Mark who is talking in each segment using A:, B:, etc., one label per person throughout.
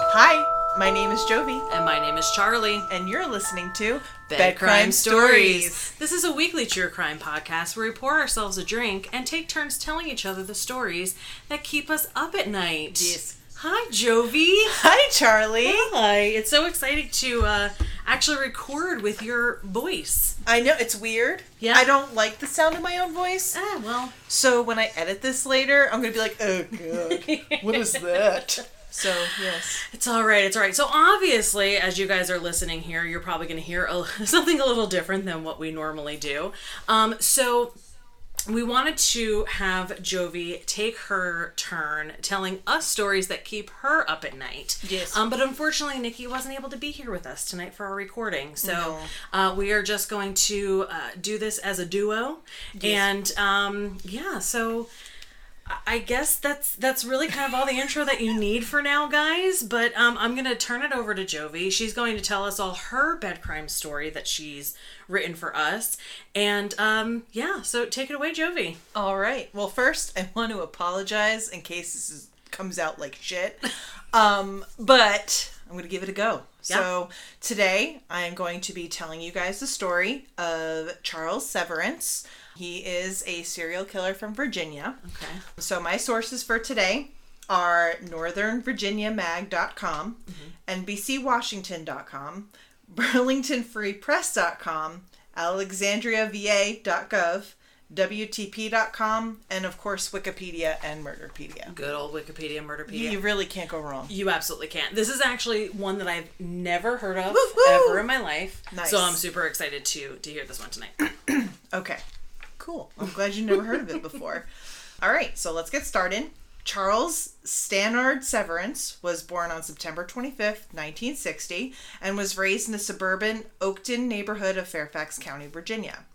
A: Hi, my name is Jovi,
B: And my name is Charlie.
A: and you're listening to
B: Bed, Crime, Stories. This is a weekly true crime podcast where we pour ourselves a drink and take turns telling each other the stories that keep us up at night.
A: Yes.
B: Hi, Jovi.
A: Hi, Charlie.
B: Hi. It's so exciting to uh, actually record with your voice.
A: I know it's weird.
B: Yeah.
A: I don't like the sound of my own voice.
B: Ah, well.
A: So when I edit this later, I'm gonna be like, oh god, what is that? So yes,
B: It's all right. It's all right. So obviously, as you guys are listening here, you're probably going to hear a, something a little different than what we normally do. Um, so we wanted to have Jovi take her turn telling us stories that keep her up at night.
A: Yes.
B: Um, but unfortunately, Nikki wasn't able to be here with us tonight for our recording. So
A: No.
B: uh, we are just going to uh, do this as a duo. And um, yeah, so. I guess that's that's really kind of all the intro that you need for now, guys. But um, I'm gonna turn it over to Jovi. She's going to tell us all her bed crime story that she's written for us, and um, yeah. So take it away, Jovi.
A: all right. Well, first I want to apologize in case this is, comes out like shit, um, but I'm gonna give it a go. So today I am going to be telling you guys the story of Charles Severance. He is a serial killer from Virginia.
B: Okay.
A: So my sources for today are northernvirginiamag.com, nbcwashington.com, burlingtonfreepress.com, alexandriava.gov, wtp.com, and of course Wikipedia and Murderpedia.
B: Good old Wikipedia, Murderpedia.
A: You really can't go wrong.
B: You absolutely can. This is actually one that I've never heard of
A: Woohoo!
B: ever in my life.
A: Nice.
B: So I'm super excited to to hear this one tonight.
A: Okay. Cool. I'm glad you never heard of it before. All right, so let's get started. Charles Stannard Severance was born on September 25th, 1960, and was raised in the suburban Oakton neighborhood of Fairfax County, Virginia.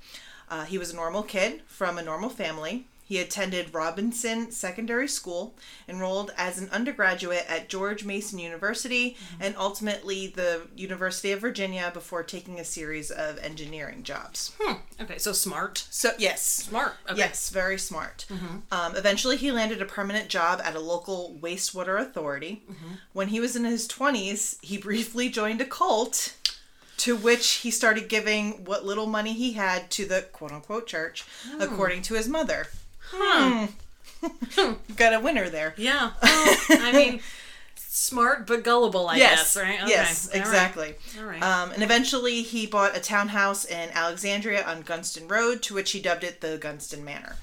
A: Uh, he was a normal kid from a normal family. He attended Robinson Secondary School, enrolled as an undergraduate at George Mason University, and ultimately the University of Virginia before taking a series of engineering jobs.
B: Hmm. Okay. So smart,
A: So, yes,
B: smart. Okay. Mm-hmm.
A: Yes, very smart. Um, eventually, he landed a permanent job at a local wastewater authority.
B: Mm-hmm.
A: When he was in his 20s, he briefly joined a cult to which he started giving what little money he had to the quote unquote church, according to his mother.
B: Hmm.
A: Got a winner there.
B: Yeah. Well, I mean, smart but gullible, I guess, right? Okay.
A: Yes,
B: All right.
A: exactly.
B: All right.
A: Um, and eventually, he bought a townhouse in Alexandria on Gunston Road, to which he dubbed it the Gunston Manor.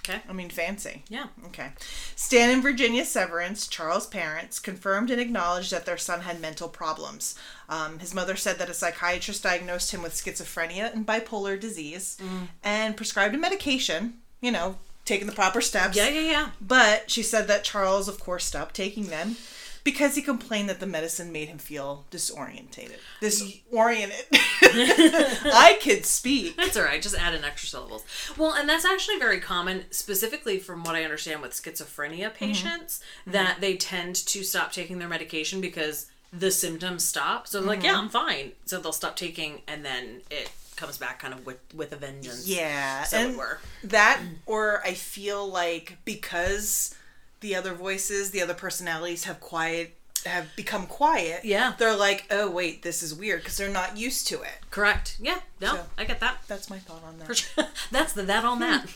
B: Okay.
A: I mean, fancy.
B: Yeah.
A: Okay. Stan and Virginia Severance, Charles' parents, confirmed and acknowledged that their son had mental problems. Um, his mother said that a psychiatrist diagnosed him with schizophrenia and bipolar disease and prescribed him medication, you know, taking the proper steps.
B: Yeah, yeah, yeah.
A: But she said that Charles, of course, stopped taking them because he complained that the medicine made him feel disorientated. Disoriented. I could speak.
B: That's all right. Just add an extra syllables. Well, and that's actually very common, specifically from what I understand with
A: Mm-hmm.
B: schizophrenia patients, that they tend to stop taking their medication because the symptoms stop. So they're
A: Mm-hmm.
B: like, yeah, I'm fine. So they'll stop taking, and then it comes back kind of with with a vengeance.
A: Yeah,
B: So it were.
A: that, or I feel like because the other voices, the other personalities have quiet, have become quiet.
B: Yeah.
A: they're like, oh wait, this is weird because they're not used to it.
B: Correct. Yeah. No,
A: So-
B: I get that.
A: That's my thought on that.
B: that's the that on that.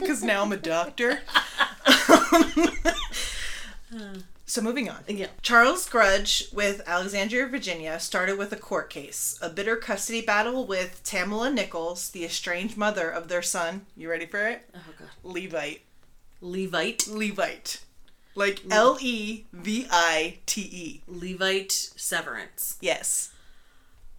A: Because now I'm a doctor. so moving on.
B: Yeah.
A: Charles Grudge with Alexandria, Virginia started with a court case, a bitter custody battle with Tamala Nichols, the estranged mother of their son. You ready for it?
B: oh god.
A: Levite.
B: Levite.
A: Levite. Like
B: Mm.
A: L E V I T E.
B: Levite severance.
A: Yes.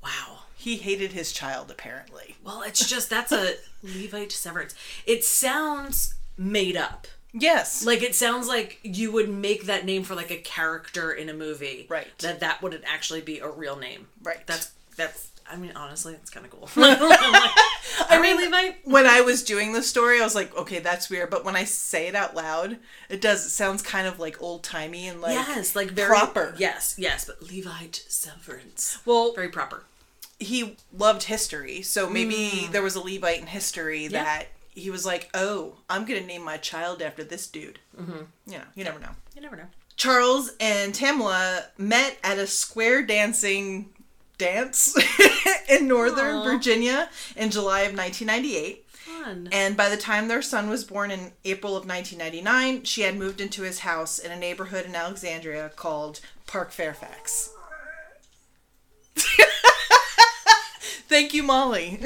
B: Wow.
A: He hated his child, apparently.
B: Well, it's just that's a Levite severance. It sounds made up.
A: Yes.
B: Like it sounds like you would make that name for like a character in a movie.
A: Right.
B: That that wouldn't actually be a real name.
A: Right.
B: That's that's. I mean, honestly, it's kind of cool. I mean, Levite.
A: when I was doing the story, I was like, okay, that's weird. But when I say it out loud, it does. It sounds kind of like old timey and like.
B: yes, like very
A: proper.
B: Yes, yes, but Levite severance.
A: Well,
B: Very proper.
A: he loved history. So maybe there was a Levite in history
B: Mm. Yeah.
A: that he was like, oh, I'm going to name my child after this dude. Mm-hmm. You know, you never know.
B: You never know.
A: Charles and Tamla met at a square dancing dance in Northern
B: Aw.
A: Virginia in July of 1998.
B: Fun.
A: And by the time their son was born in April of 1999, she had moved into his house in a neighborhood in Alexandria called Park Fairfax. Thank you, Molly.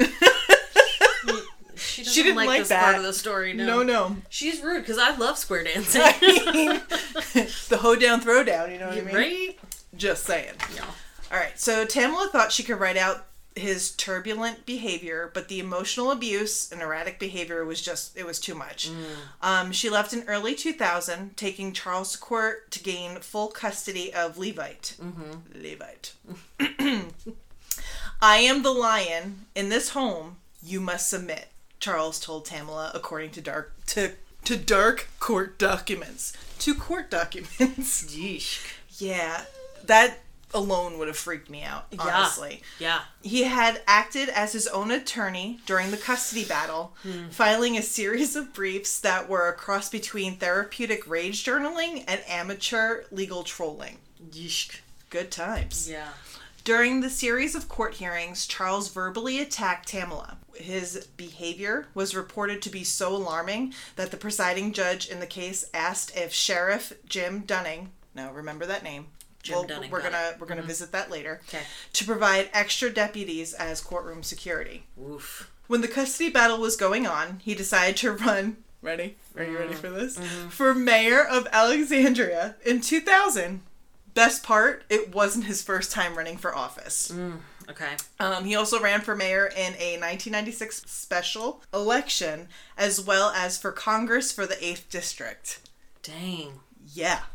B: She doesn't
A: didn't
B: like,
A: like
B: this
A: that.
B: part of the story. No,
A: No, no.
B: She's rude because I love square dancing.
A: the hoedown throwdown, you know what I mean?
B: right?
A: Just saying.
B: Yeah.
A: All right, so Tamla thought she could write out his turbulent behavior, but the emotional abuse and erratic behavior was just, it was too much. Um, she left in early 2000, taking Charles to court to gain full custody of Levite. Levite. I am the lion. In this home, you must submit, Charles told Tamala, according to dark to to dark court documents. To court documents.
B: Yeesh.
A: Yeah, that alone would have freaked me out, honestly.
B: Yeah.
A: He had acted as his own attorney during the custody battle, filing a series of briefs that were a cross between therapeutic rage journaling and amateur legal trolling.
B: Yeesh.
A: Good times.
B: Yeah.
A: During the series of court hearings, Charles verbally attacked Tamala. His behavior was reported to be so alarming that the presiding judge in the case asked if Sheriff Jim Dunning, now remember that name,
B: Jim Dunning,
A: we're
B: got Mm-hmm.
A: gonna we're gonna visit that later,
B: Okay.
A: to provide extra deputies as courtroom security.
B: Oof.
A: When the custody battle was going on, he decided to run. Ready? Are you
B: Mm-hmm.
A: ready for this? For mayor of Alexandria in 2000. Best part, it wasn't his first time running for office.
B: Okay.
A: Um, he also ran for mayor in a 1996 special election, as well as for Congress for the 8th District.
B: Dang.
A: Yeah.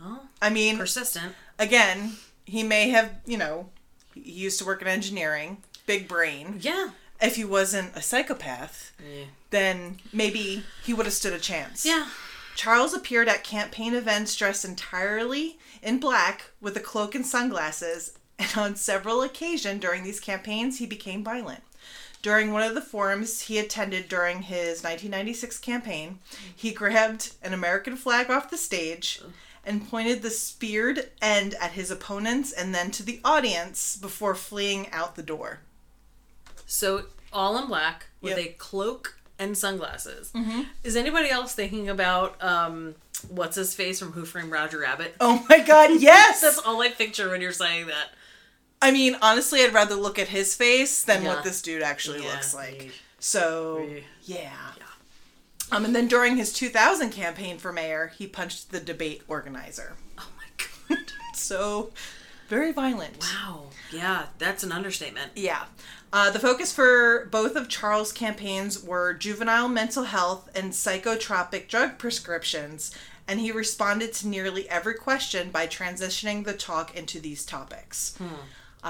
B: Well,
A: I mean,
B: persistent.
A: again, he may have, you know, he used to work in engineering, big brain.
B: Yeah.
A: If he wasn't a psychopath,
B: Yeah.
A: then maybe he would have stood a chance.
B: Yeah.
A: Charles appeared at campaign events dressed entirely in black with a cloak and sunglasses, and on several occasions during these campaigns, he became violent. During one of the forums he attended during his 1996 campaign, he grabbed an American flag off the stage and pointed the speared end at his opponents and then to the audience before fleeing out the door.
B: So all in black with
A: Yep.
B: a cloak and sunglasses. Is anybody else thinking about um, what's his face from Who Framed Roger Rabbit?
A: Oh my god, yes!
B: That's all I picture when you're saying that.
A: I mean, honestly, I'd rather look at his face than
B: Yeah.
A: what this dude actually
B: Yeah.
A: looks like.
B: Yeah.
A: So,
B: Yeah.
A: yeah. Um, and then during his 2000 campaign for mayor, he punched the debate organizer.
B: Oh my god.
A: So, very violent.
B: Wow. Yeah, that's an understatement.
A: Yeah. Uh, the focus for both of Charles' campaigns were juvenile mental health and psychotropic drug prescriptions, and he responded to nearly every question by transitioning the talk into these topics.
B: Hmm.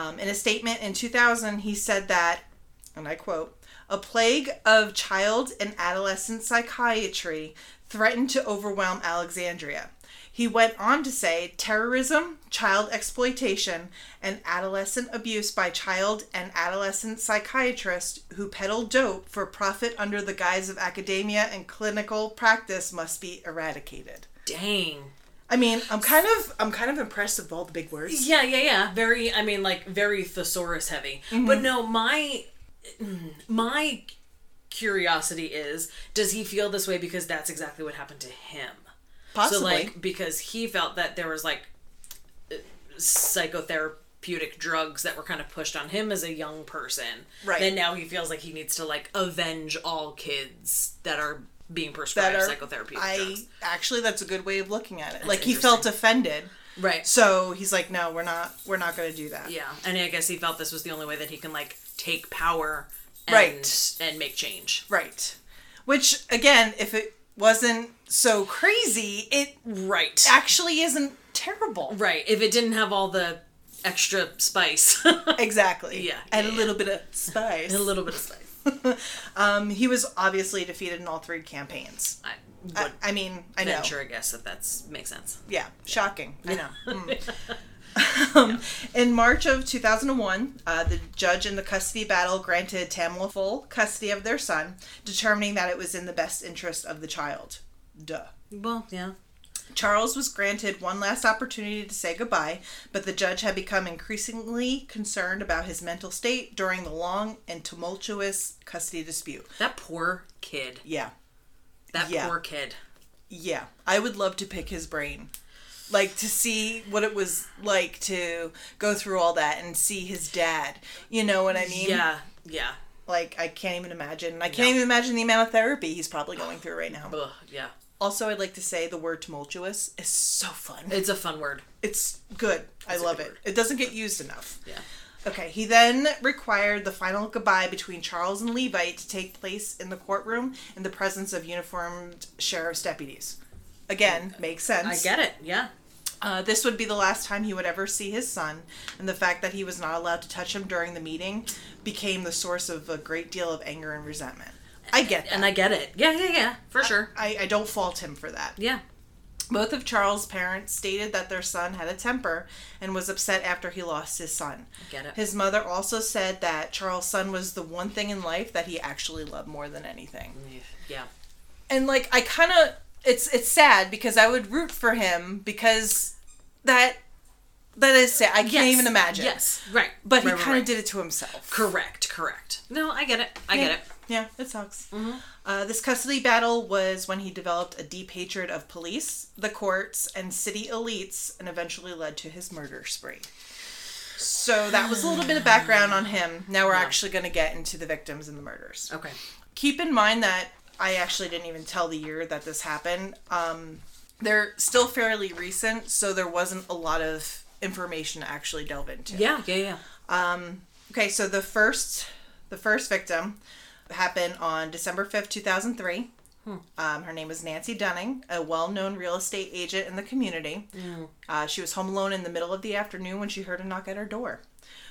A: Um, in a statement in 2000, he said that, and I quote, a plague of child and adolescent psychiatry threatened to overwhelm Alexandria. He went on to say terrorism, child exploitation, and adolescent abuse by child and adolescent psychiatrists who peddle dope for profit under the guise of academia and clinical practice must be eradicated.
B: Dang.
A: I mean, I'm kind of I'm kind of impressed with all the big words.
B: Yeah, yeah, yeah. Very, I mean, like very thesaurus heavy.
A: Mm-hmm.
B: But no, my mm, my curiosity is: does he feel this way because that's exactly what happened to him?
A: Possibly.
B: So like because he felt that there was like uh, psychotherapeutic drugs that were kind of pushed on him as a young person.
A: Right.
B: Then now he feels like he needs to like avenge all kids that are being prescribed
A: are-
B: psychotherapeutic
A: I
B: drugs.
A: actually that's a good way of looking at it. like he felt offended.
B: Right.
A: So he's like, no, we're not, we're not going to do that.
B: Yeah, and I guess he felt this was the only way that he can like take power, and,
A: Right.
B: and make change.
A: Right. Which again, if it wasn't so crazy, it
B: Right,
A: actually isn't terrible.
B: right. If it didn't have all the extra spice,
A: Exactly.
B: Yeah,
A: Add
B: yeah,
A: a
B: yeah.
A: little bit of spice.
B: a little bit of spice,
A: um, he was obviously defeated in all three campaigns.
B: I would
A: I, I mean, I know.
B: venture a guess if that makes sense.
A: Yeah, shocking. I know. Mm. Um, in March of 2001, uh, the judge in the custody battle granted Tamla full custody of their son, determining that it was in the best interest of the child. Duh.
B: Well, yeah.
A: Charles was granted one last opportunity to say goodbye, but the judge had become increasingly concerned about his mental state during the long and tumultuous custody dispute.
B: That poor kid.
A: Yeah.
B: That
A: Yeah.
B: poor kid.
A: Yeah, I would love to pick his brain. Like to see what it was like to go through all that and see his dad. You know what I mean?
B: Yeah, yeah.
A: Like I can't even imagine. I can't even imagine the amount of therapy he's probably going through right now.
B: Ugh, yeah.
A: Also, I'd like to say the word tumultuous is so fun.
B: It's a fun word.
A: It's good. I
B: a
A: love
B: good
A: it.
B: word.
A: It doesn't get used enough.
B: Yeah.
A: Okay, he then required the final goodbye between Charles and Levite to take place in the courtroom in the presence of uniformed sheriff's deputies. Again, makes sense.
B: I get it. Yeah.
A: Uh, this would be the last time he would ever see his son, and the fact that he was not allowed to touch him during the meeting became the source of a great deal of anger and resentment. I get that.
B: And I get it. Yeah, yeah, yeah. For sure.
A: I, I don't fault him for that.
B: Yeah.
A: Both of Charles' parents stated that their son had a temper and was upset after he lost his son.
B: Get it.
A: His mother also said that Charles' son was the one thing in life that he actually loved more than anything.
B: Yeah.
A: And like I kind of it's it's sad because I would root for him because that that is sad. I can't
B: Yes.
A: even imagine.
B: Yes. Right.
A: But he
B: Right, right,
A: kind of
B: right.
A: did it to himself.
B: Correct, correct. No, I get it. I get it. Mm-hmm.
A: Yeah, it sucks. Uh, this custody battle was when he developed a deep hatred of police, the courts, and city elites, and eventually led to his murder spree. So that was a little bit of background on him. Now we're actually going to get into the victims and the murders.
B: Okay.
A: Keep in mind that I actually didn't even tell the year that this happened. Um, they're still fairly recent, so there wasn't a lot of information to actually delve into.
B: Yeah, yeah, yeah.
A: Okay, so the first the first victim happened on December 5th, 2003. Um, her name was Nancy Dunning, a well-known real estate agent in the community. Uh, she was home alone in the middle of the afternoon when she heard a knock at her door.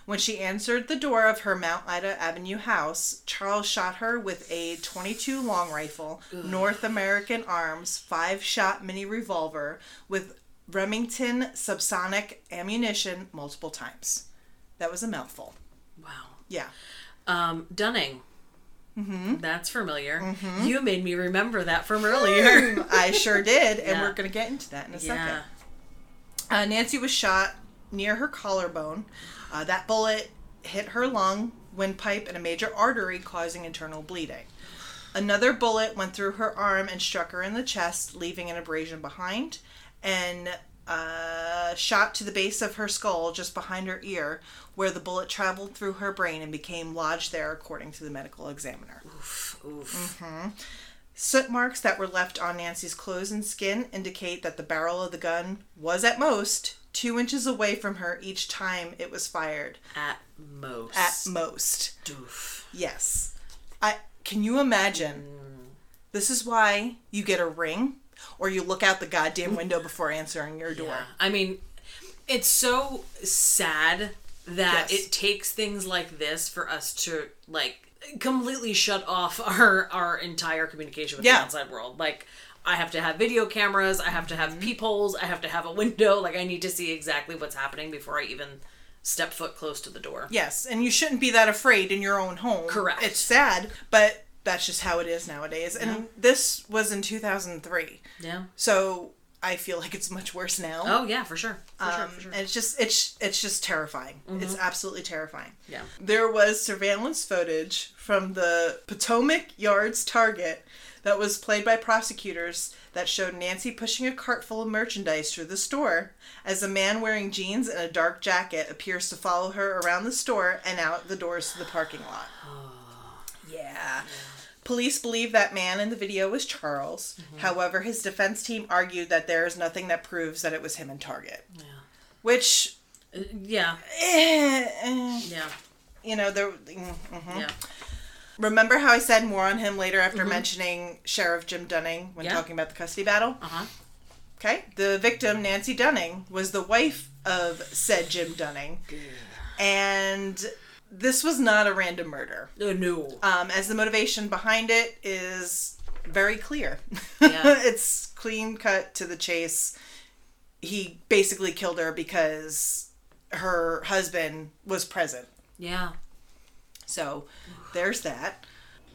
A: When she answered the door of her Mount Ida Avenue house, Charles shot her with a 22 long rifle, North American Arms five-shot mini revolver with Remington subsonic ammunition multiple times. That was a mouthful.
B: Wow.
A: Yeah.
B: Um, Dunning. Mm-hmm. That's familiar. You made me remember that from earlier.
A: I sure did, and
B: Yeah.
A: we're going to get into that in a
B: yeah.
A: second. Uh, Nancy was shot near her collarbone. Uh, that bullet hit her lung, windpipe, and a major artery, causing internal bleeding. Another bullet went through her arm and struck her in the chest, leaving an abrasion behind, and uh, shot to the base of her skull, just behind her ear, where the bullet traveled through her brain and became lodged there, according to the medical examiner.
B: Oof. oof.
A: Soot marks that were left on Nancy's clothes and skin indicate that the barrel of the gun was at most two inches away from her each time it was fired.
B: At most.
A: At most.
B: Doof.
A: Yes. I can you imagine?
B: Mm.
A: This is why you get a ring or you look out the goddamn window before answering your door.
B: Yeah. I mean, it's so sad that
A: Yes.
B: it takes things like this for us to like completely shut off our our entire communication with
A: Yeah.
B: the outside world. Like I have to have video cameras, I have to have peepholes, I have to have a window, like I need to see exactly what's happening before I even step foot close to the door.
A: Yes, and you shouldn't be that afraid in your own home.
B: Correct.
A: It's sad, but that's just how it is nowadays. And this was in 2003.
B: Yeah.
A: So I feel like it's much worse now.
B: Oh yeah, for sure. For sure,
A: Um,
B: for sure. Mm-hmm.
A: and it's just it's it's just terrifying. It's absolutely terrifying.
B: Yeah.
A: There was surveillance footage from the Potomac Yards target that was played by prosecutors that showed Nancy pushing a cart full of merchandise through the store as a man wearing jeans and a dark jacket appears to follow her around the store and out the doors to the parking lot.
B: Oh.
A: Yeah. Police believe that man in the video was Charles.
B: Mm-hmm.
A: However, his defense team argued that there is nothing that proves that it was him and Target. Yeah. Which,
B: Uh, Yeah.
A: eh, eh,
B: Yeah.
A: you know, there. mm, mhm.
B: Yeah.
A: Remember how I said more on him later after mentioning Sheriff Jim Dunning when
B: Mm-hmm. Yeah.
A: talking about the custody battle?
B: Uh-huh.
A: Okay. The victim, Nancy Dunning, was the wife of said Jim Dunning. And this was not a random murder.
B: Uh, no.
A: um, as the motivation behind it is very clear.
B: Yeah.
A: it's clean cut to the chase. He basically killed her because her husband was present.
B: Yeah.
A: So there's that.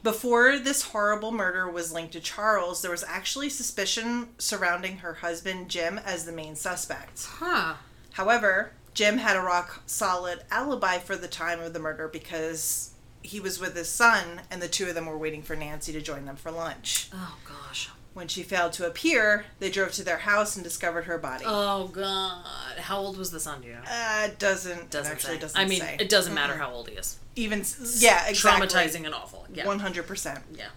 A: Before this horrible murder was linked to Charles, there was actually suspicion surrounding her husband Jim as the main suspect.
B: Huh.
A: However, Jim had a rock solid alibi for the time of the murder because he was with his son and the two of them were waiting for Nancy to join them for lunch.
B: Oh gosh.
A: When she failed to appear, they drove to their house and discovered her body.
B: Oh god. How old was the son? Do you know?
A: Uh, doesn't,
B: Doesn't
A: actually
B: say.
A: doesn't
B: I mean,
A: say.
B: it doesn't matter how old he is.
A: even s- yeah exactly
B: Traumatizing and awful. Yeah.
A: one hundred percent.
B: Yeah.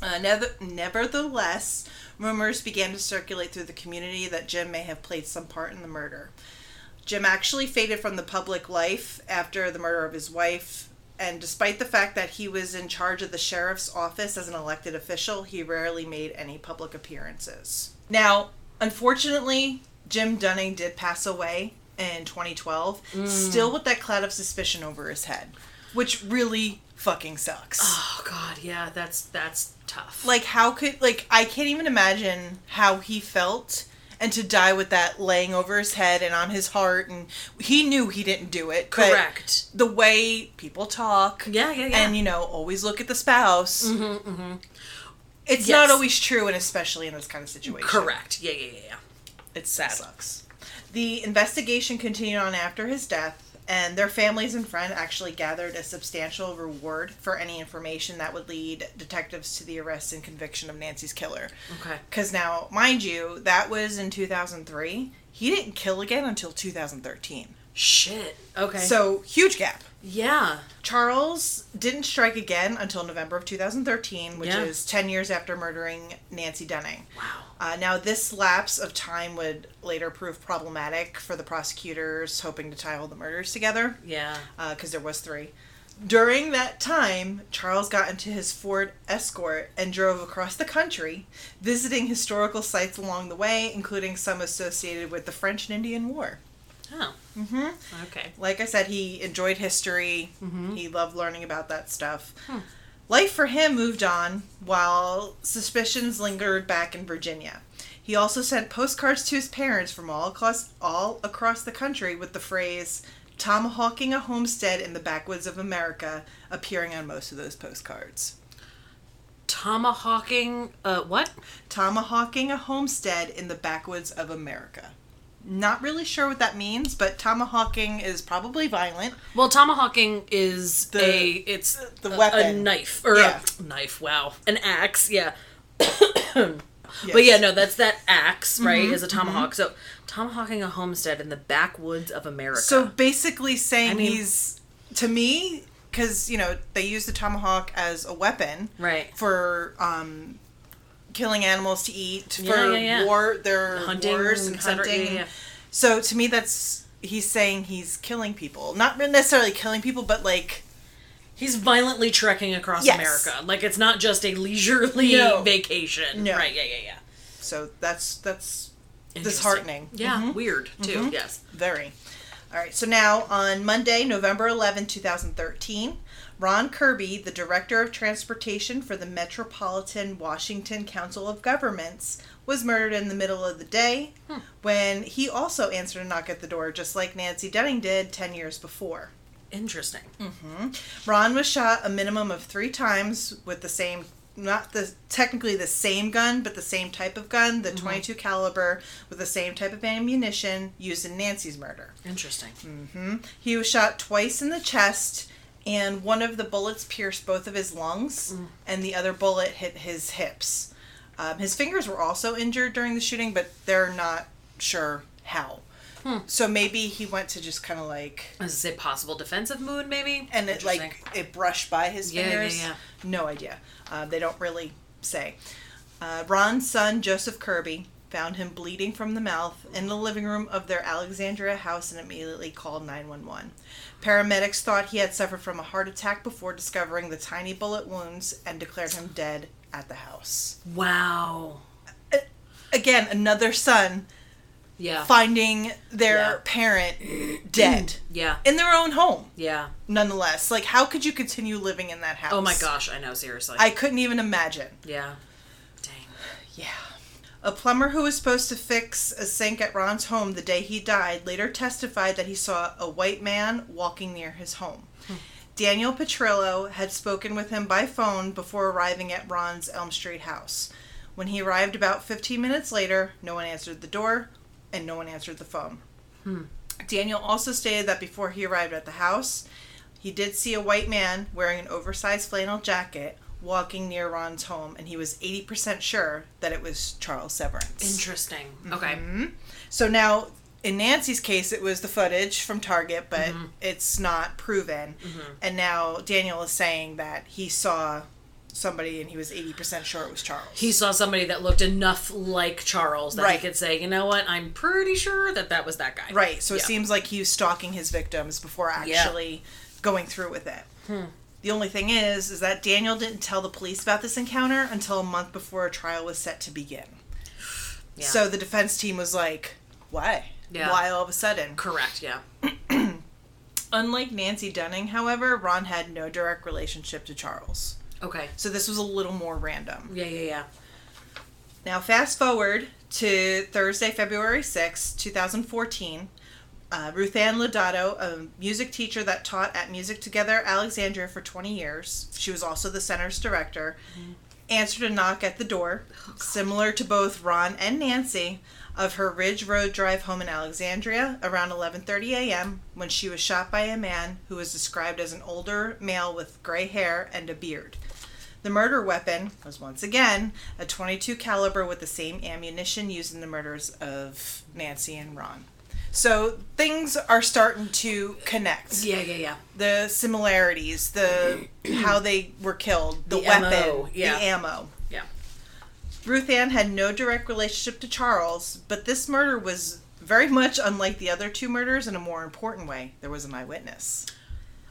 A: Uh, nev- nevertheless, rumors began to circulate through the community that Jim may have played some part in the murder. Jim actually faded from the public life after the murder of his wife, and despite the fact that he was in charge of the sheriff's office as an elected official, he rarely made any public appearances. Now, unfortunately, Jim Dunning did pass away in 2012, still with that cloud of suspicion over his head, which really fucking sucks
B: Oh god. Yeah. That's that's tough.
A: like how could like i can't even imagine how he felt and to die with that laying over his head and on his heart and he knew he didn't do it but
B: correct.
A: the way people talk
B: Yeah. Yeah. Yeah. Mm-hmm,
A: and you know always look at the spouse it's
B: Yes.
A: not always true and especially in this kind of situation
B: correct. Yeah. Yeah. Yeah. Yeah.
A: it sucks the investigation continued on after his death and their families and friends actually gathered a substantial reward for any information that would lead detectives to the arrest and conviction of Nancy's killer.
B: Okay.
A: Because now, mind you, that was in 2003. He didn't kill again until 2013.
B: Shit. Okay.
A: So, huge gap.
B: yeah.
A: Charles didn't strike again until November of 2013, which
B: Yeah.
A: is 10 years after murdering Nancy Dunning.
B: Wow.
A: Uh, now, this lapse of time would later prove problematic for the prosecutors hoping to tie all the murders together,
B: Yeah.
A: because uh, there was three. During that time, Charles got into his Ford Escort and drove across the country, visiting historical sites along the way, including some associated with the French and Indian War.
B: Oh. Mm-hmm. Okay.
A: Like I said, he enjoyed history. He loved learning about that stuff. Life for him moved on while suspicions lingered back in Virginia. He also sent postcards to his parents from all across all across the country with the phrase tomahawking a homestead in the backwoods of America appearing on most of those postcards.
B: Tomahawking. Uh. What?
A: Tomahawking a homestead in the backwoods of America. Not really sure what that means, but tomahawking is probably violent.
B: Well, tomahawking is
A: The-
B: a it's
A: the
B: a- a
A: weapon.
B: knife or
A: Yeah.
B: a knife. Wow, an axe. Yeah, but
A: Yes. Mm-hmm.
B: yeah, no, that's that axe right is a tomahawk. So tomahawking a homestead in the backwoods of America.
A: So basically, saying
B: I mean-
A: he's to me because you know they use the tomahawk as a weapon
B: right,
A: for um, killing animals to eat
B: Yeah,
A: for
B: yeah, yeah.
A: war, their
B: Hunting,
A: wars and
B: et cetera.
A: hunting.
B: Yeah, yeah.
A: So to me, that's he's saying he's killing people, not necessarily killing people, but like
B: he's violently trekking across
A: Yes.
B: America. Like it's not just a leisurely
A: No.
B: vacation.
A: No.
B: Right. Yeah. Yeah.
A: so that's that's
B: Yeah.
A: Disheartening. Mm-hmm.
B: Interesting. Yeah. Weird too. Yes.
A: Very. All right. So now on Monday, November 11, 2013, Ron Kirby, the Director of Transportation for the Metropolitan Washington Council of Governments, was murdered in the middle of the day when he also answered a knock at the door, just like Nancy Dunning did 10 years before.
B: Interesting.
A: Mm. Ron was shot a minimum of three times with the same, not the technically the same gun, but the same type of gun, the 22 caliber, with the same type of ammunition used in Nancy's murder.
B: Interesting.
A: He was shot twice in the chest, and one of the bullets pierced both of his lungs, and the other bullet hit his hips. Um, his fingers were also injured during the shooting, but they're not sure how. So maybe he went to just kind of like,
B: Is it possible defensive mood? Maybe.
A: and it
B: Interesting.
A: like it brushed by his
B: Yeah, yeah,
A: fingers.
B: yeah.
A: No idea. Uh, they don't really say. Uh, Ron's son Joseph Kirby found him bleeding from the mouth in the living room of their Alexandria house and immediately called 911. Paramedics thought he had suffered from a heart attack before discovering the tiny bullet wounds and declared him dead at the house.
B: wow.
A: Again, another son
B: Yeah.
A: finding their
B: Yeah.
A: parent dead
B: Yeah.
A: in their own home,
B: Yeah.
A: nonetheless. Like, how could you continue living in that house?
B: Oh my gosh. I know. Seriously.
A: I couldn't even imagine.
B: Yeah. Dang.
A: Yeah. A plumber who was supposed to fix a sink at Ron's home the day he died later testified that he saw a white man walking near his home. Daniel Petrillo had spoken with him by phone before arriving at Ron's Elm Street house. When he arrived about 15 minutes later, no one answered the door and no one answered the phone. Daniel also stated that before he arrived at the house, he did see a white man wearing an oversized flannel jacket walking near Ron's home, and he was 80% sure that it was Charles Severance.
B: Interesting.
A: Mm-hmm.
B: Okay.
A: So now, in Nancy's case, it was the footage from Target, but
B: Mm-hmm.
A: it's not proven. And now Daniel is saying that he saw somebody and he was 80% sure it was Charles.
B: He saw somebody that looked enough like Charles that he
A: Right.
B: could say, you know what, I'm pretty sure that that was that guy.
A: Right. So it
B: Yeah.
A: seems like he was stalking his victims before actually going through with it.
B: Hmm.
A: The only thing is, is that Daniel didn't tell the police about this encounter until a month before a trial was set to begin.
B: Yeah.
A: So the defense team was like, why?
B: Yeah.
A: Why all of a sudden?
B: correct. Yeah.
A: Unlike Nancy Dunning, however, Ron had no direct relationship to Charles.
B: Okay.
A: So this was a little more random.
B: Yeah. Yeah. Yeah.
A: Now, fast forward to Thursday, February sixth, two 2014. Uh, Ruth Ann Lodato, a music teacher that taught at Music Together Alexandria for 20 years, she was also the center's director, answered a knock at the door, similar to both Ron and Nancy, of her Ridge Road drive home in Alexandria around 11:30 a.m. when she was shot by a man who was described as an older male with gray hair and a beard. The murder weapon was once again a 22 caliber with the same ammunition used in the murders of Nancy and Ron. So things are starting to connect.
B: Yeah. Yeah. Yeah.
A: The similarities, the how they were killed, the,
B: The
A: weapon,
B: MO, yeah.
A: the ammo.
B: Yeah.
A: Ruth Ann had no direct relationship to Charles, but this murder was very much unlike the other two murders in a more important way. There was an eyewitness.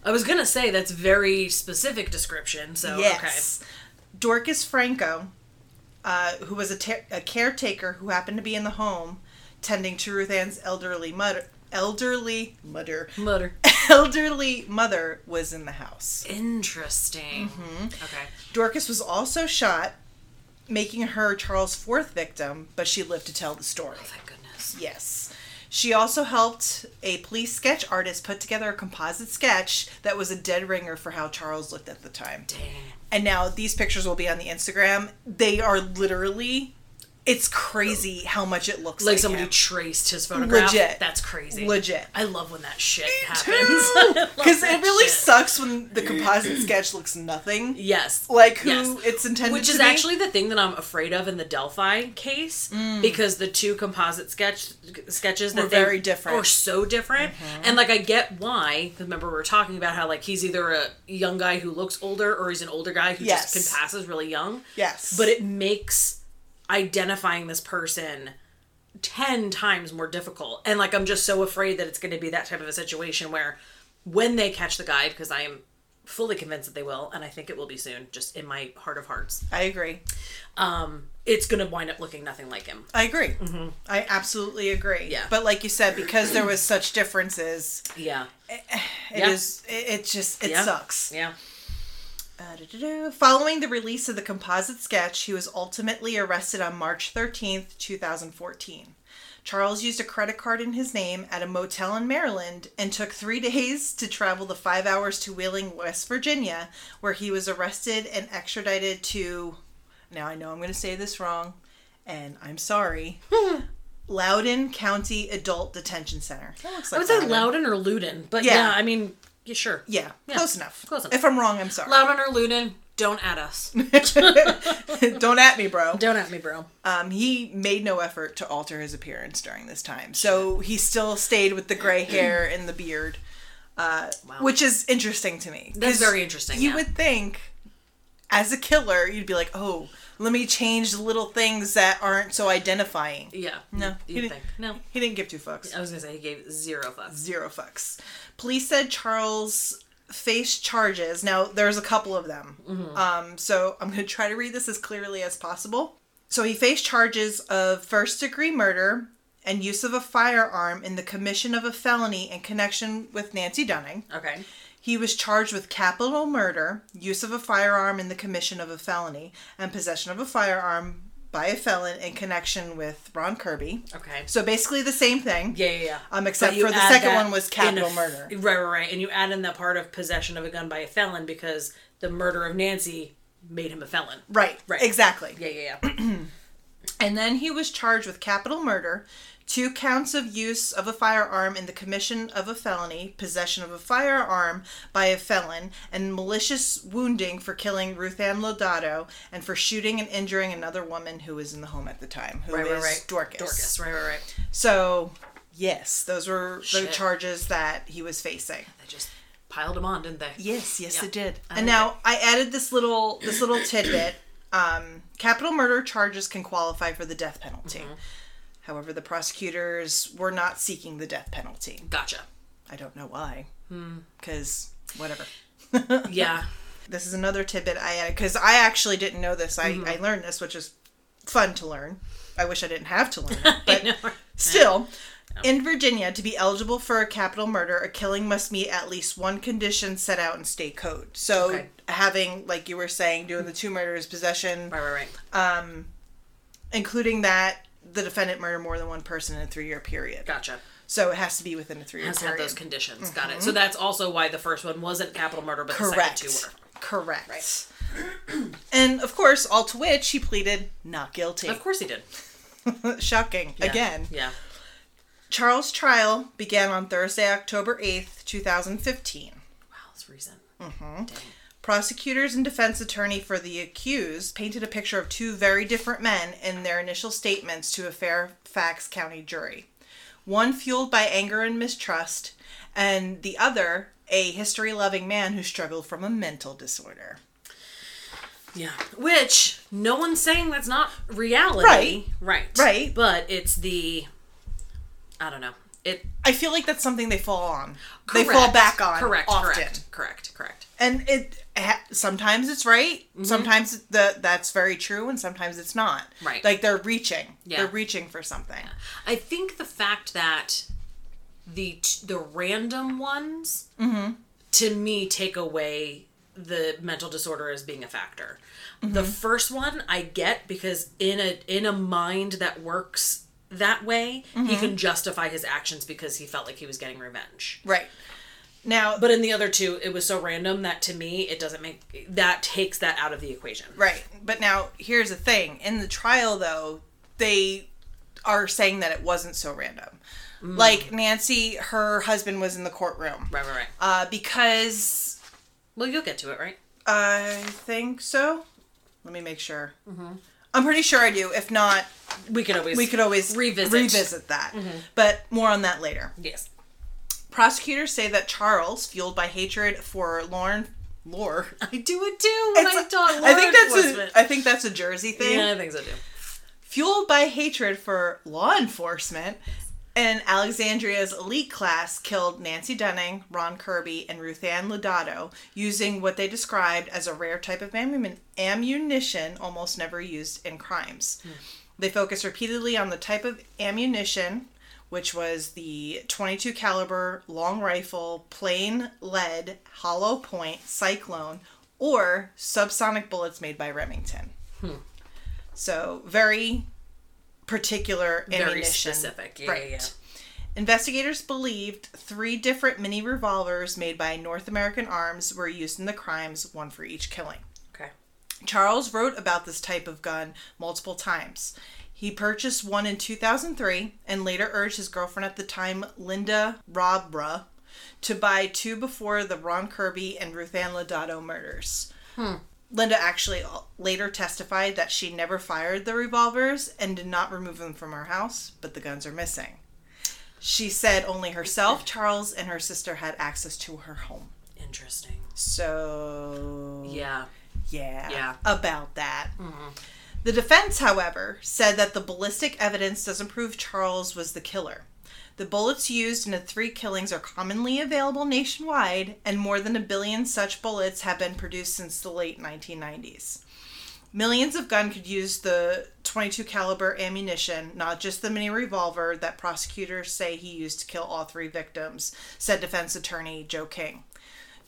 B: I was gonna say that's very specific description. So
A: yes. Dorcas Franco, uh, who was a, ta- a caretaker who happened to be in the home tending to Ruth Ann's elderly mother, elderly mother,
B: okay. Mutter.
A: elderly mother was in the house.
B: Interesting.
A: Mm-hmm.
B: Okay.
A: Dorcas was also shot, making her Charles' fourth victim, but she lived to tell the story.
B: Thank goodness.
A: Yes. She also helped a police sketch artist put together a composite sketch that was a dead ringer for how Charles looked at the time.
B: Dang.
A: And now these pictures will be on the Instagram. They are literally, it's crazy how much it looks like,
B: Like somebody
A: him.
B: traced his photograph.
A: Legit.
B: That's crazy.
A: legit.
B: I love when that shit
A: too.
B: happens.
A: Because it really sucks when the composite sketch looks nothing
B: Yes.
A: like who
B: Yes.
A: it's intended
B: Which
A: to
B: is
A: be.
B: actually the thing that I'm afraid of in the Delphi case because the two composite sketch sketches that
A: Mm. Were
B: they
A: very different. Mm-hmm.
B: are so different. And like I get why 'cause remember we were talking about how like he's either a young guy who looks older or he's an older guy who
A: Yes.
B: just can pass as really young.
A: Yes.
B: But it makes identifying this person 10 times more difficult. And like I'm just so afraid that it's going to be that type of a situation where when they catch the guy because I am fully convinced that they will and I think it will be soon just in my heart of hearts
A: I agree.
B: um, it's gonna wind up looking nothing like him.
A: I agree. I absolutely agree.
B: Yeah.
A: But like you said, because there was such differences,
B: Yeah,
A: it
B: Yeah.
A: is- it, it just, it
B: Yeah.
A: sucks.
B: yeah.
A: Uh, da-da-da. Following the release of the composite sketch, he was ultimately arrested on March 13th, 2014. Charles used a credit card in his name at a motel in Maryland and took three days to travel the five hours to Wheeling, West Virginia, where he was arrested and extradited to. Now I know I'm going to say this wrong, and I'm sorry. Loudon County Adult Detention Center. That looks
B: I
A: like
B: would say
A: Loudoun.
B: Loudon or Luden, but yeah,
A: Yeah.
B: I mean, yeah, sure.
A: Yeah,
B: Yeah,
A: close enough.
B: close enough.
A: If I'm wrong, I'm sorry.
B: Loudon or Luden, don't at us.
A: Don't at me, bro.
B: don't at me, bro.
A: Um, he made no effort to alter his appearance during this time, so he still stayed with the gray hair and the beard, uh, which is interesting to me.
B: That's
A: 'Cause
B: very interesting,
A: You
B: yeah.
A: would think, as a killer, you'd be like, "Oh, let me change the little things that aren't so identifying."
B: Yeah.
A: No,
B: You
A: he
B: think?
A: didn't-
B: No.
A: He didn't give two fucks.
B: I was gonna say he gave zero fucks.
A: Zero fucks. Police said Charles faced charges. Now, there's a couple of them.
B: Mm-hmm.
A: Um, so I'm going to try to read this as clearly as possible. So he faced charges of first degree murder and use of a firearm in the commission of a felony in connection with Nancy Dunning.
B: Okay.
A: He was charged with capital murder, use of a firearm in the commission of a felony, and possession of a firearm by a felon in connection with Ron Kirby.
B: Okay.
A: So basically the same thing.
B: Yeah, yeah, yeah.
A: Um, except
B: But you
A: for the
B: add
A: second
B: that
A: one was
B: in
A: capital
B: a-
A: murder.
B: Right, right, right. And you add in the part of possession of a gun by a felon because the murder of Nancy made him a felon.
A: Right.
B: Right.
A: Exactly.
B: Yeah, yeah, yeah.
A: And then he was charged with capital murder, two counts of use of a firearm in the commission of a felony, possession of a firearm by a felon, and malicious wounding for killing Ruth Ann Lodato and for shooting and injuring another woman who was in the home at the time, who is
B: Right, right, right.
A: Dorcas.
B: Dorcas. Right, right, right.
A: So, yes, those were the
B: Shit.
A: charges that he was facing.
B: They just piled them on, didn't they?
A: Yes, yes,
B: Yeah.
A: it did.
B: I
A: and
B: like
A: now I added this little this little tidbit. Um, capital murder charges can qualify for the death penalty.
B: Mm-hmm.
A: However, the prosecutors were not seeking the death penalty.
B: Gotcha.
A: I don't know why.
B: Hmm.
A: Because whatever.
B: Yeah.
A: This is another tidbit I added because I actually didn't know this. I,
B: Mm-hmm.
A: I learned this, which is fun to learn. I wish I didn't have to learn it, but Still, in Virginia, to be eligible for a capital murder, a killing must meet at least one condition set out in state code. So,
B: Okay.
A: having, like you were saying, doing the two murders, possession,
B: Right, right, right.
A: including that the defendant murder more than one person in a three year period.
B: Gotcha.
A: So, it has to be within a three year
B: Has to have
A: period.
B: those conditions. Got it. So that's also why the first one wasn't capital murder, but
A: Mm-hmm. Correct.
B: the second two were.
A: Correct. and of course, all to which he pleaded not guilty.
B: Of course he did.
A: Shocking.
B: Yeah.
A: Again.
B: Yeah.
A: Charles' trial began on Thursday, October 8th, 2015.
B: Wow, that's recent.
A: Prosecutors and defense attorney for the accused painted a picture of two very different men in their initial statements to a Fairfax County jury. One fueled by anger and mistrust, and the other a history loving man who struggled from a mental disorder.
B: Yeah. Which no one's saying that's not reality.
A: Right.
B: Right.
A: Right.
B: But it's the I don't know. It
A: I feel like that's something they fall on. They fall
B: correct.
A: back on
B: Correct.
A: often.
B: Correct. Correct. Correct.
A: And it ha- sometimes it's right,
B: Mm-hmm.
A: sometimes the that's very true and sometimes it's not.
B: Right.
A: Like they're reaching.
B: Yeah.
A: They're reaching for something.
B: I think the fact that the t- the random ones
A: Mm-hmm.
B: to me take away the mental disorder as being a factor.
A: Mm-hmm.
B: The first one I get because in a in a mind that works that way,
A: Mm-hmm.
B: he can justify his actions because he felt like he was getting revenge.
A: Right. Now
B: But in the other two, it was so random that to me it doesn't make that takes that out of the equation.
A: Right. But now here's the thing. In the trial though, they are saying that it wasn't so random. Like Nancy, her husband was in the courtroom.
B: Mm. Right, right, right.
A: Uh because
B: Well, you'll get to it, right?
A: I think so. Let me make sure.
B: Mm-hmm.
A: I'm pretty sure I do. If not,
B: We could always
A: we could always
B: Revisit. Mm-hmm.
A: revisit that. But more on that later.
B: yes.
A: Prosecutors say that Charles, fueled by hatred for Lauren Lore,
B: I do it too when I talk.
A: I think
B: it.
A: that's a, I think that's a Jersey thing.
B: Yeah, I think so too.
A: Fueled by hatred for law enforcement, and Alexandria's elite class killed Nancy Dunning, Ron Kirby, and Ruth Ann Lodato using what they described as a rare type of ammu- ammunition almost never used in crimes.
B: Hmm.
A: They focused repeatedly on the type of ammunition, which was the 22 caliber long rifle, plain lead, hollow point, cyclone, or subsonic bullets made by Remington.
B: Hmm.
A: So very particular ammunition.
B: Very specific. Yeah, yeah, yeah.
A: Investigators believed three different mini revolvers made by North American Arms were used in the crimes, one for each killing.
B: Okay.
A: Charles wrote about this type of gun multiple times. He purchased one in 2003 and later urged his girlfriend at the time, Linda Robra, to buy two before the Ron Kirby and Ruth Ann Lodato murders. Linda actually al- later testified that she never fired the revolvers and did not remove them from her house, but the guns are missing. She said only herself, Charles, and her sister had access to her home.
B: Interesting.
A: So.
B: Yeah.
A: Yeah.
B: Yeah.
A: About that. The defense, however, said that the ballistic evidence doesn't prove Charles was the killer. The bullets used in the three killings are commonly available nationwide, and more than a billion such bullets have been produced since the late 1990s. Millions of gun could use the 22 caliber ammunition, not just the mini revolver that prosecutors say he used to kill all three victims, said defense attorney Joe King.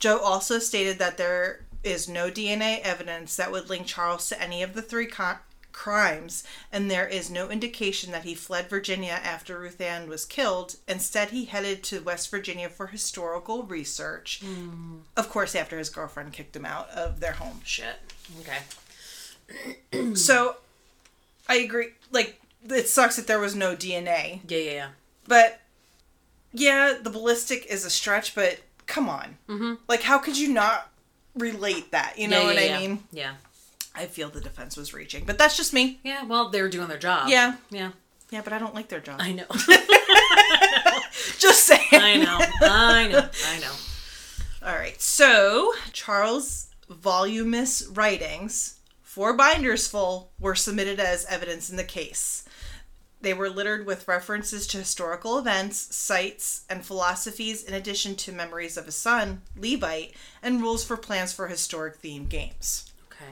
A: Joe also stated that there is no DNA evidence that would link Charles to any of the three con- crimes, and there is no indication that he fled Virginia after Ruth Ann was killed. Instead, he headed to West Virginia for historical research. Of course, after his girlfriend kicked him out of their home.
B: Shit. Okay.
A: So, I agree. Like, it sucks that there was no DNA,
B: Yeah, yeah, yeah.
A: but yeah, the ballistic is a stretch. But come on, mm-hmm. like, how could you not relate that? You know
B: yeah,
A: what
B: yeah,
A: I
B: yeah.
A: mean?
B: Yeah.
A: I feel the defense was reaching, but that's just me.
B: Yeah, well, they're doing their job.
A: Yeah.
B: Yeah.
A: Yeah, but I don't like their job.
B: I know.
A: Just saying.
B: I know. I know. I know.
A: All right. So Charles' voluminous writings, four binders full, were submitted as evidence in the case. They were littered with references to historical events, sites, and philosophies, in addition to memories of his son, Levite, and rules for plans for historic themed games.
B: Okay.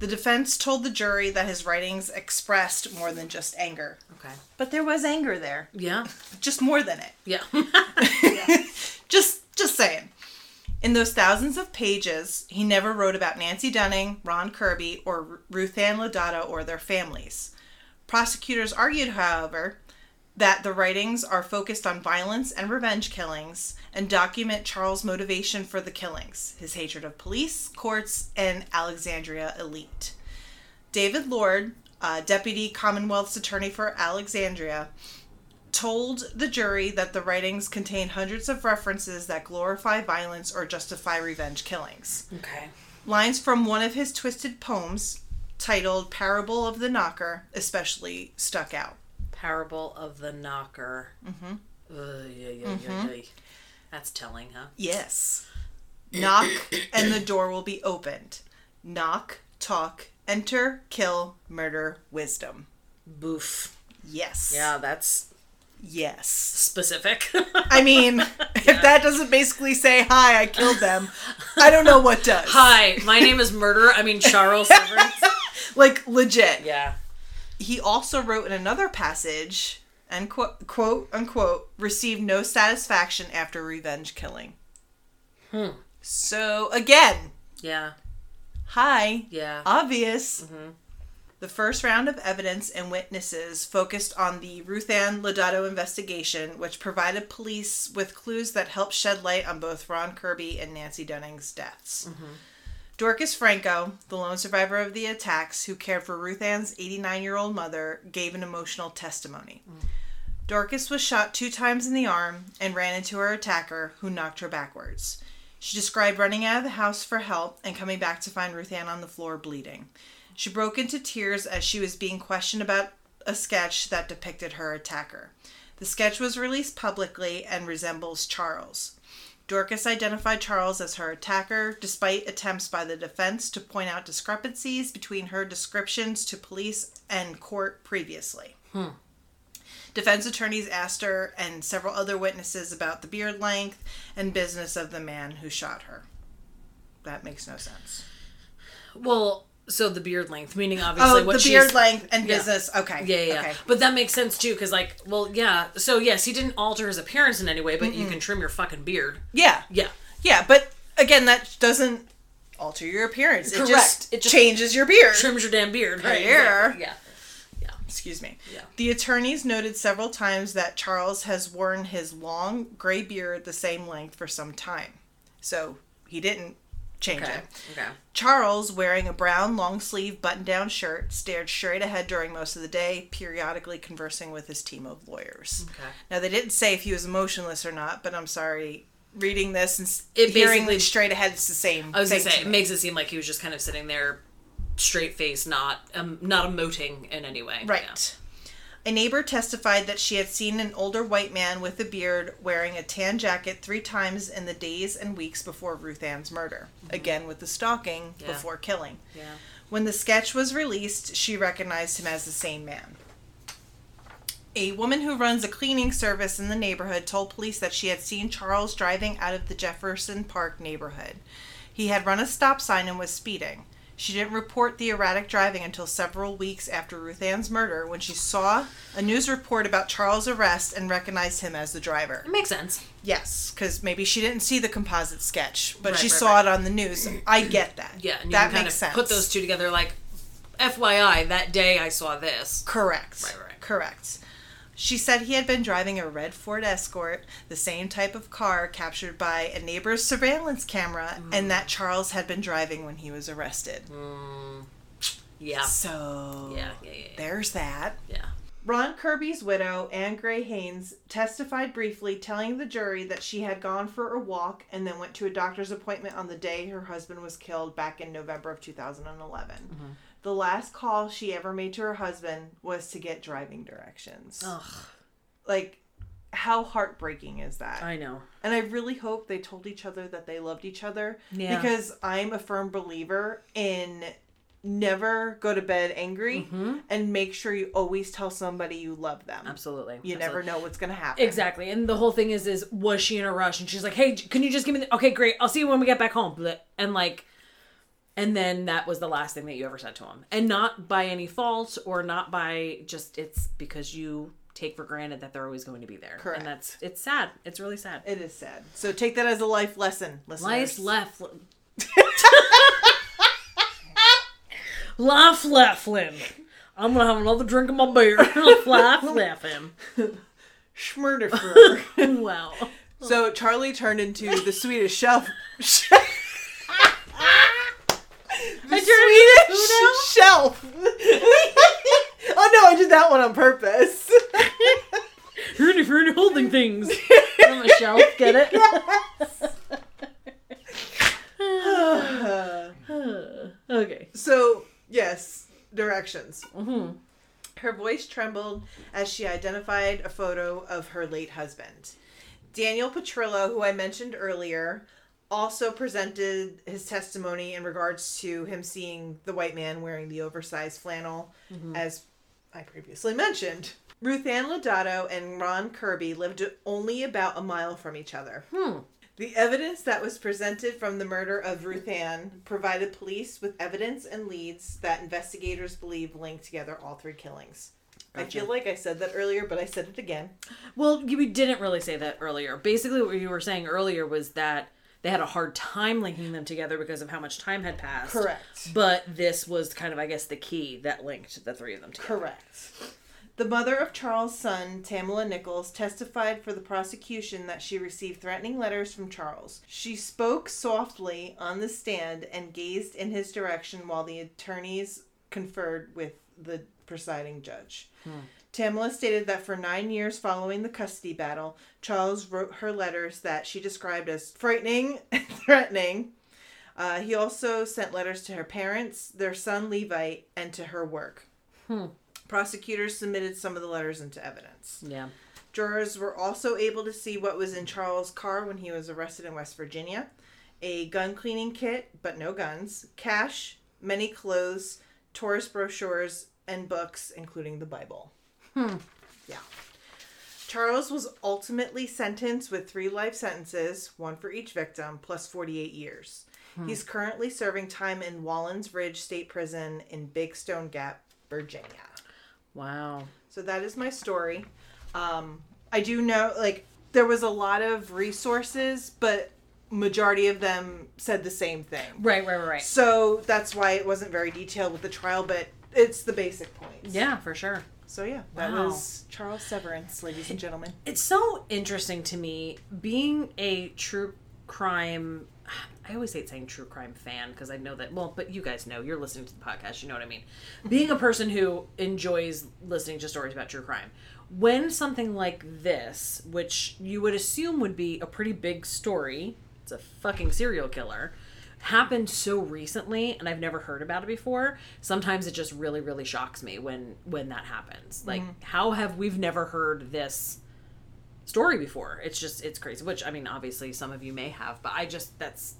A: The defense told the jury that his writings expressed more than just anger.
B: Okay.
A: But there was anger there,
B: Yeah.
A: just more than it.
B: Yeah.
A: just just saying. In those thousands of pages, he never wrote about Nancy Dunning, Ron Kirby, or Ru- Ruth Ann Ladata or their families. Prosecutors argued, however, that the writings are focused on violence and revenge killings and document Charles' motivation for the killings, his hatred of police, courts, and Alexandria elite. David Lord, uh, deputy Commonwealth's attorney for Alexandria, told the jury that the writings contain hundreds of references that glorify violence or justify revenge killings.
B: okay.
A: Lines from one of his twisted poems, titled Parable of the Knocker, especially stuck out.
B: Parable of the knocker. Mm-hmm. Uh, yeah, yeah,
A: Mm-hmm.
B: yeah, yeah. That's telling, huh?
A: Yes. Knock and the door will be opened. Knock, talk, enter, kill, murder, wisdom.
B: Boof.
A: Yes.
B: Yeah, that's
A: Yes.
B: specific.
A: I mean, if that doesn't basically say, hi, I killed them, I don't know what does.
B: Hi, my name is Murder. I mean Charles Severance.
A: Like, legit.
B: yeah.
A: he also wrote in another passage and quote, quote unquote received no satisfaction after revenge killing so again
B: Yeah.
A: hi
B: Yeah.
A: obvious the first round of evidence and witnesses focused on the ruth ann lodato investigation which provided police with clues that helped shed light on both ron kirby and nancy dunning's deaths Dorcas Franco, the lone survivor of the attacks, who cared for Ruth Ann's 89 year old mother, gave an emotional testimony. Dorcas was shot two times in the arm and ran into her attacker, who knocked her backwards. She described running out of the house for help and coming back to find Ruth Ann on the floor bleeding. She broke into tears as she was being questioned about a sketch that depicted her attacker. The sketch was released publicly and resembles Charles. Dorcas identified Charles as her attacker, despite attempts by the defense to point out discrepancies between her descriptions to police and court previously. Defense attorneys asked her and several other witnesses about the beard length and business of the man who shot her. That makes no sense.
B: Well, so the beard length, meaning obviously
A: Oh,
B: what
A: the
B: she's-
A: beard length and business. Okay.
B: Yeah, yeah, yeah.
A: Okay.
B: But that makes sense too, because like, well, yeah. So yes, he didn't alter his appearance in any way, but you can trim your fucking beard.
A: Yeah.
B: Yeah.
A: Yeah. But again, that doesn't alter your appearance.
B: Correct.
A: It just,
B: It
A: it
B: just-
A: changes your beard.
B: Trims your damn beard, right?
A: Hair.
B: Yeah.
A: excuse me.
B: Yeah.
A: The attorneys noted several times that Charles has worn his long gray beard the same length for some time. So he didn't change
B: Okay.
A: it.
B: Okay.
A: Charles, wearing a brown long sleeve button down shirt, stared straight ahead during most of the day, periodically conversing with his team of lawyers.
B: Okay.
A: Now, they didn't say if he was emotionless or not, but I'm sorry. Reading this and s-
B: It
A: hearing
B: basically-
A: it straight ahead, it's the same.
B: I was gonna
A: thing
B: say
A: to
B: it
A: me.
B: makes it seem like he was just kind of sitting there, straight face, not um, not emoting in any way. Yeah.
A: Right. A neighbor testified that she had seen an older white man with a beard wearing a tan jacket three times in the days and weeks before Ruth Ann's murder. Again, with the stalking
B: Mm-hmm. Yeah.
A: before killing.
B: Yeah.
A: When the sketch was released, she recognized him as the same man. A woman who runs a cleaning service in the neighborhood told police that she had seen Charles driving out of the Jefferson Park neighborhood. He had run a stop sign and was speeding. She didn't report the erratic driving until several weeks after Ruth Ann's murder when she saw a news report about Charles' arrest and recognized him as the driver.
B: It makes sense.
A: Yes, because maybe she didn't see the composite sketch, but
B: Right,
A: she
B: right,
A: saw
B: right.
A: it on the news. I get that.
B: Yeah. And you
A: that
B: can kind
A: makes
B: of
A: sense.
B: Put those two together, like FYI, that day I saw this.
A: Correct.
B: Right, right.
A: Correct. She said he had been driving a red Ford Escort, the same type of car captured by a neighbor's surveillance camera,
B: Mm.
A: and that Charles had been driving when he was arrested.
B: Yeah.
A: So,
B: Mm. Yeah, yeah, yeah, yeah.
A: there's that.
B: Yeah.
A: Ron Kirby's widow, Anne Gray Haynes, testified briefly, telling the jury that she had gone for a walk and then went to a doctor's appointment on the day her husband was killed back in November of 2011. The last call she ever made to her husband was to get driving directions.
B: Ugh.
A: Like, how heartbreaking is that?
B: I know.
A: And I really hope they told each other that they loved each other.
B: Yeah.
A: Because I'm a firm believer in never go to bed angry
B: Mm-hmm.
A: and make sure you always tell somebody you love them.
B: Absolutely.
A: You never know what's going to happen.
B: Exactly. And the whole thing is, is was she in a rush? And she's like, hey, j- can you just give me the, okay, great. I'll see you when we get back home. Bleh. And like, and then that was the last thing that you ever said to him. And not by any fault or not by just, it's because you take for granted that they're always going to be there.
A: Correct.
B: And that's, it's sad. It's really sad.
A: It is sad. So take that as a life lesson,
B: Life
A: listeners.
B: Leflin. Life Leflin. I'm gonna have another drink of my beer. Life Leflin.
A: Schmurderfur.
B: Wow.
A: so Charlie turned into the Swedish chef.
B: I turned into who now?
A: shelf. oh no, I did that one on purpose.
B: Rooney Rooney holding things on the shelf. Get it? okay.
A: So, yes, directions. Her voice trembled as she identified a photo of her late husband. Daniel Petrillo, who I mentioned earlier, also presented his testimony in regards to him seeing the white man wearing the oversized flannel, as I previously mentioned. Ruth Ann Lodato and Ron Kirby lived only about a mile from each other. The evidence that was presented from the murder of Ruth Ann provided police with evidence and leads that investigators believe linked together all three killings. I feel like I said that earlier, but I said it again.
B: Well, you we didn't really say that earlier. Basically, what you were saying earlier was that they had a hard time linking them together because of how much time had passed.
A: Correct.
B: But this was kind of, I guess, the key that linked the three of them together.
A: Correct. The mother of Charles' son, Tamala Nichols, testified for the prosecution that she received threatening letters from Charles. She spoke softly on the stand and gazed in his direction while the attorneys conferred with the presiding judge. Tamala stated that for nine years following the custody battle, Charles wrote her letters that she described as frightening and threatening. Uh, he also sent letters to her parents, their son Levi, and to her work. Prosecutors submitted some of the letters into evidence.
B: Yeah.
A: Jurors were also able to see what was in Charles' car when he was arrested in West Virginia a gun cleaning kit, but no guns, cash, many clothes, tourist brochures, and books, including the Bible. Hmm. Yeah. Charles was ultimately sentenced with three life sentences, one for each victim, plus 48 years. He's currently serving time in Wallens Ridge State Prison in Big Stone Gap, Virginia.
B: Wow.
A: So that is my story. Um, I do know, like, there was a lot of resources, but majority of them said the same thing.
B: Right, right, right, right.
A: So that's why it wasn't very detailed with the trial, but it's the basic points.
B: Yeah, for sure.
A: So yeah, that
B: Wow.
A: was Charles Severance, ladies and gentlemen.
B: It's so interesting to me being a true crime. I always hate saying true crime fan because I know that. Well, but you guys know you're listening to the podcast. You know what I mean. Being a person who enjoys listening to stories about true crime, when something like this, which you would assume would be a pretty big story, it's a fucking serial killer, happened so recently and I've never heard about it before. Sometimes it just really, really shocks me when when that happens. Like, how have we've never heard this? story before. It's just it's crazy. Which I mean, obviously some of you may have, but I just that's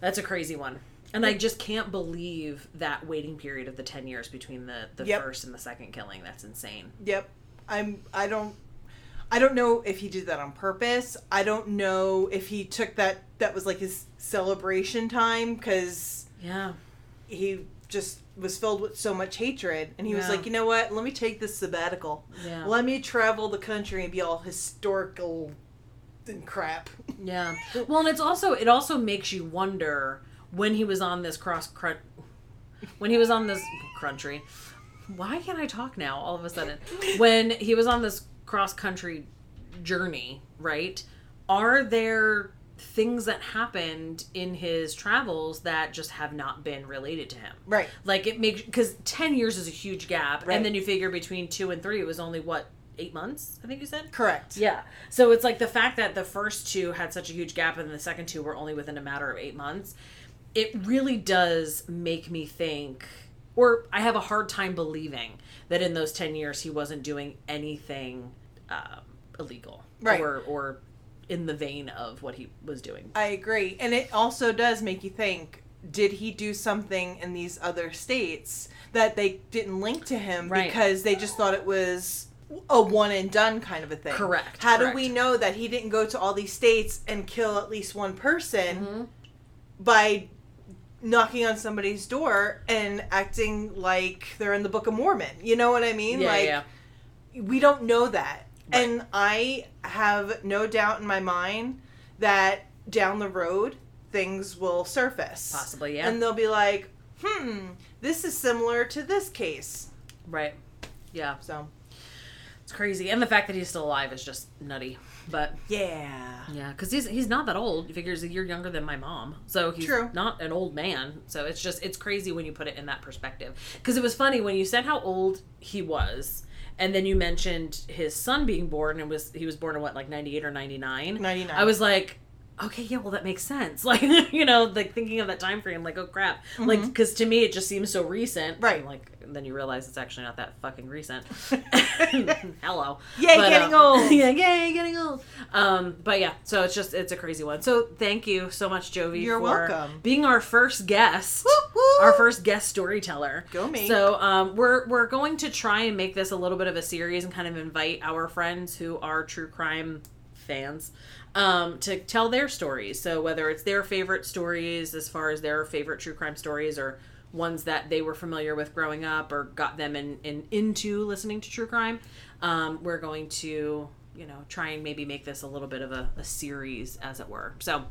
B: that's a crazy one. And I just can't believe that waiting period of the ten years between the the
A: Yep.
B: first and the second killing. That's insane.
A: Yep. I'm I don't I don't know if he did that on purpose. I don't know if he took that that was like his celebration time cuz
B: Yeah.
A: he just was filled with so much hatred and he was
B: Yeah.
A: like you know what let me take this sabbatical
B: Yeah.
A: let me travel the country and be all historical and crap
B: Yeah. Well, and it's also it also makes you wonder when he was on this cross cr- when he was on this country. Why can't I talk now? All of a sudden, when he was on this cross country journey, right? Are there things that happened in his travels that just have not been related to him?
A: Right.
B: Like it makes because ten years is a huge gap,
A: Right.
B: and then you figure between two and three it was only what eight months. I think you said.
A: Correct.
B: Yeah. So it's like the fact that the first two had such a huge gap and the second two were only within a matter of eight months, it really does make me think, or I have a hard time believing that in those 10 years he wasn't doing anything um, illegal
A: Right.
B: or, or in the vein of what he was doing.
A: I agree. And it also does make you think did he do something in these other states that they didn't link to him
B: Right.
A: because they just thought it was a one and done kind of a thing?
B: Correct,
A: How
B: correct.
A: do we know that he didn't go to all these states and kill at least one person
B: Mm-hmm.
A: by knocking on somebody's door and acting like they're in the Book of Mormon? You know what I mean?
B: Yeah,
A: like,
B: yeah.
A: we don't know that.
B: Right.
A: And I have no doubt in my mind that down the road things will surface.
B: Possibly, yeah.
A: And they'll be like, hmm, this is similar to this case.
B: Right. Yeah.
A: So,
B: It's crazy. And the fact that he's still alive is just nutty. But
A: yeah.
B: Yeah, because he's he's not that old. You figure he's a year younger than my mom, so he's
A: True.
B: not an old man. So it's just it's crazy when you put it in that perspective. Because it was funny when you said how old he was, and then you mentioned his son being born and was he was born in what like ninety eight or ninety nine.
A: 99.
B: I was like, okay, yeah, well that makes sense. Like you know, like thinking of that time frame, like oh crap, like because to me it just seems so recent.
A: Mm-hmm. Right.
B: And, like then you realize it's actually not that fucking recent. Hello.
A: Yay, getting
B: um,
A: old.
B: Yeah, yay, getting old. Um, but yeah, so it's just it's a crazy one. So thank you so much, Jovi.
A: You're
B: for
A: welcome.
B: Being our first guest,
A: Whoop, whoop.
B: our first guest storyteller.
A: Go me.
B: So um, we're we're going to try and make this a little bit of a series and kind of invite our friends who are true crime fans um, to tell their stories. So whether it's their favorite stories as far as their favorite true crime stories or ones that they were familiar with growing up or got them in, in into listening to true crime, um, we're going to you know try and maybe make this a little bit of a, a series as it were. So.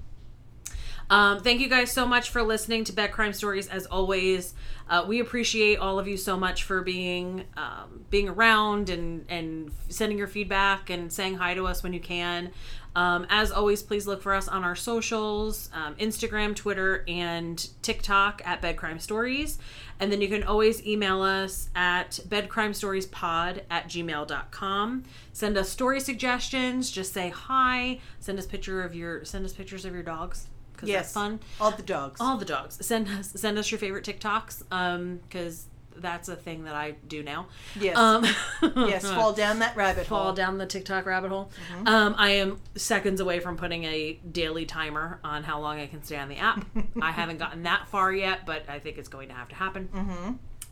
B: Um, thank you guys so much for listening to Bed Crime Stories. As always, uh, we appreciate all of you so much for being um, being around and and sending your feedback and saying hi to us when you can. Um, as always, please look for us on our socials: um, Instagram, Twitter, and TikTok at Bed Crime Stories. And then you can always email us at bedcrimestoriespod at gmail.com. Send us story suggestions. Just say hi. Send us picture of your send us pictures of your dogs because
A: Yes.
B: that's fun.
A: All the dogs.
B: All the dogs. Send us send us your favorite TikToks, um, because that's a thing that I do now.
A: yes.
B: Um,
A: yes. Fall down that rabbit
B: fall
A: hole. Mm-hmm.
B: down the TikTok rabbit hole. Um, I am seconds away from putting a daily timer on how long I can stay on the app. I haven't gotten that far yet, but I think it's going to have to happen.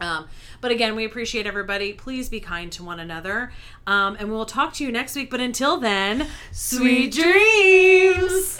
B: Um, but again, we appreciate everybody. Please be kind to one another. Um, and we'll talk to you next week. But until then, sweet dreams.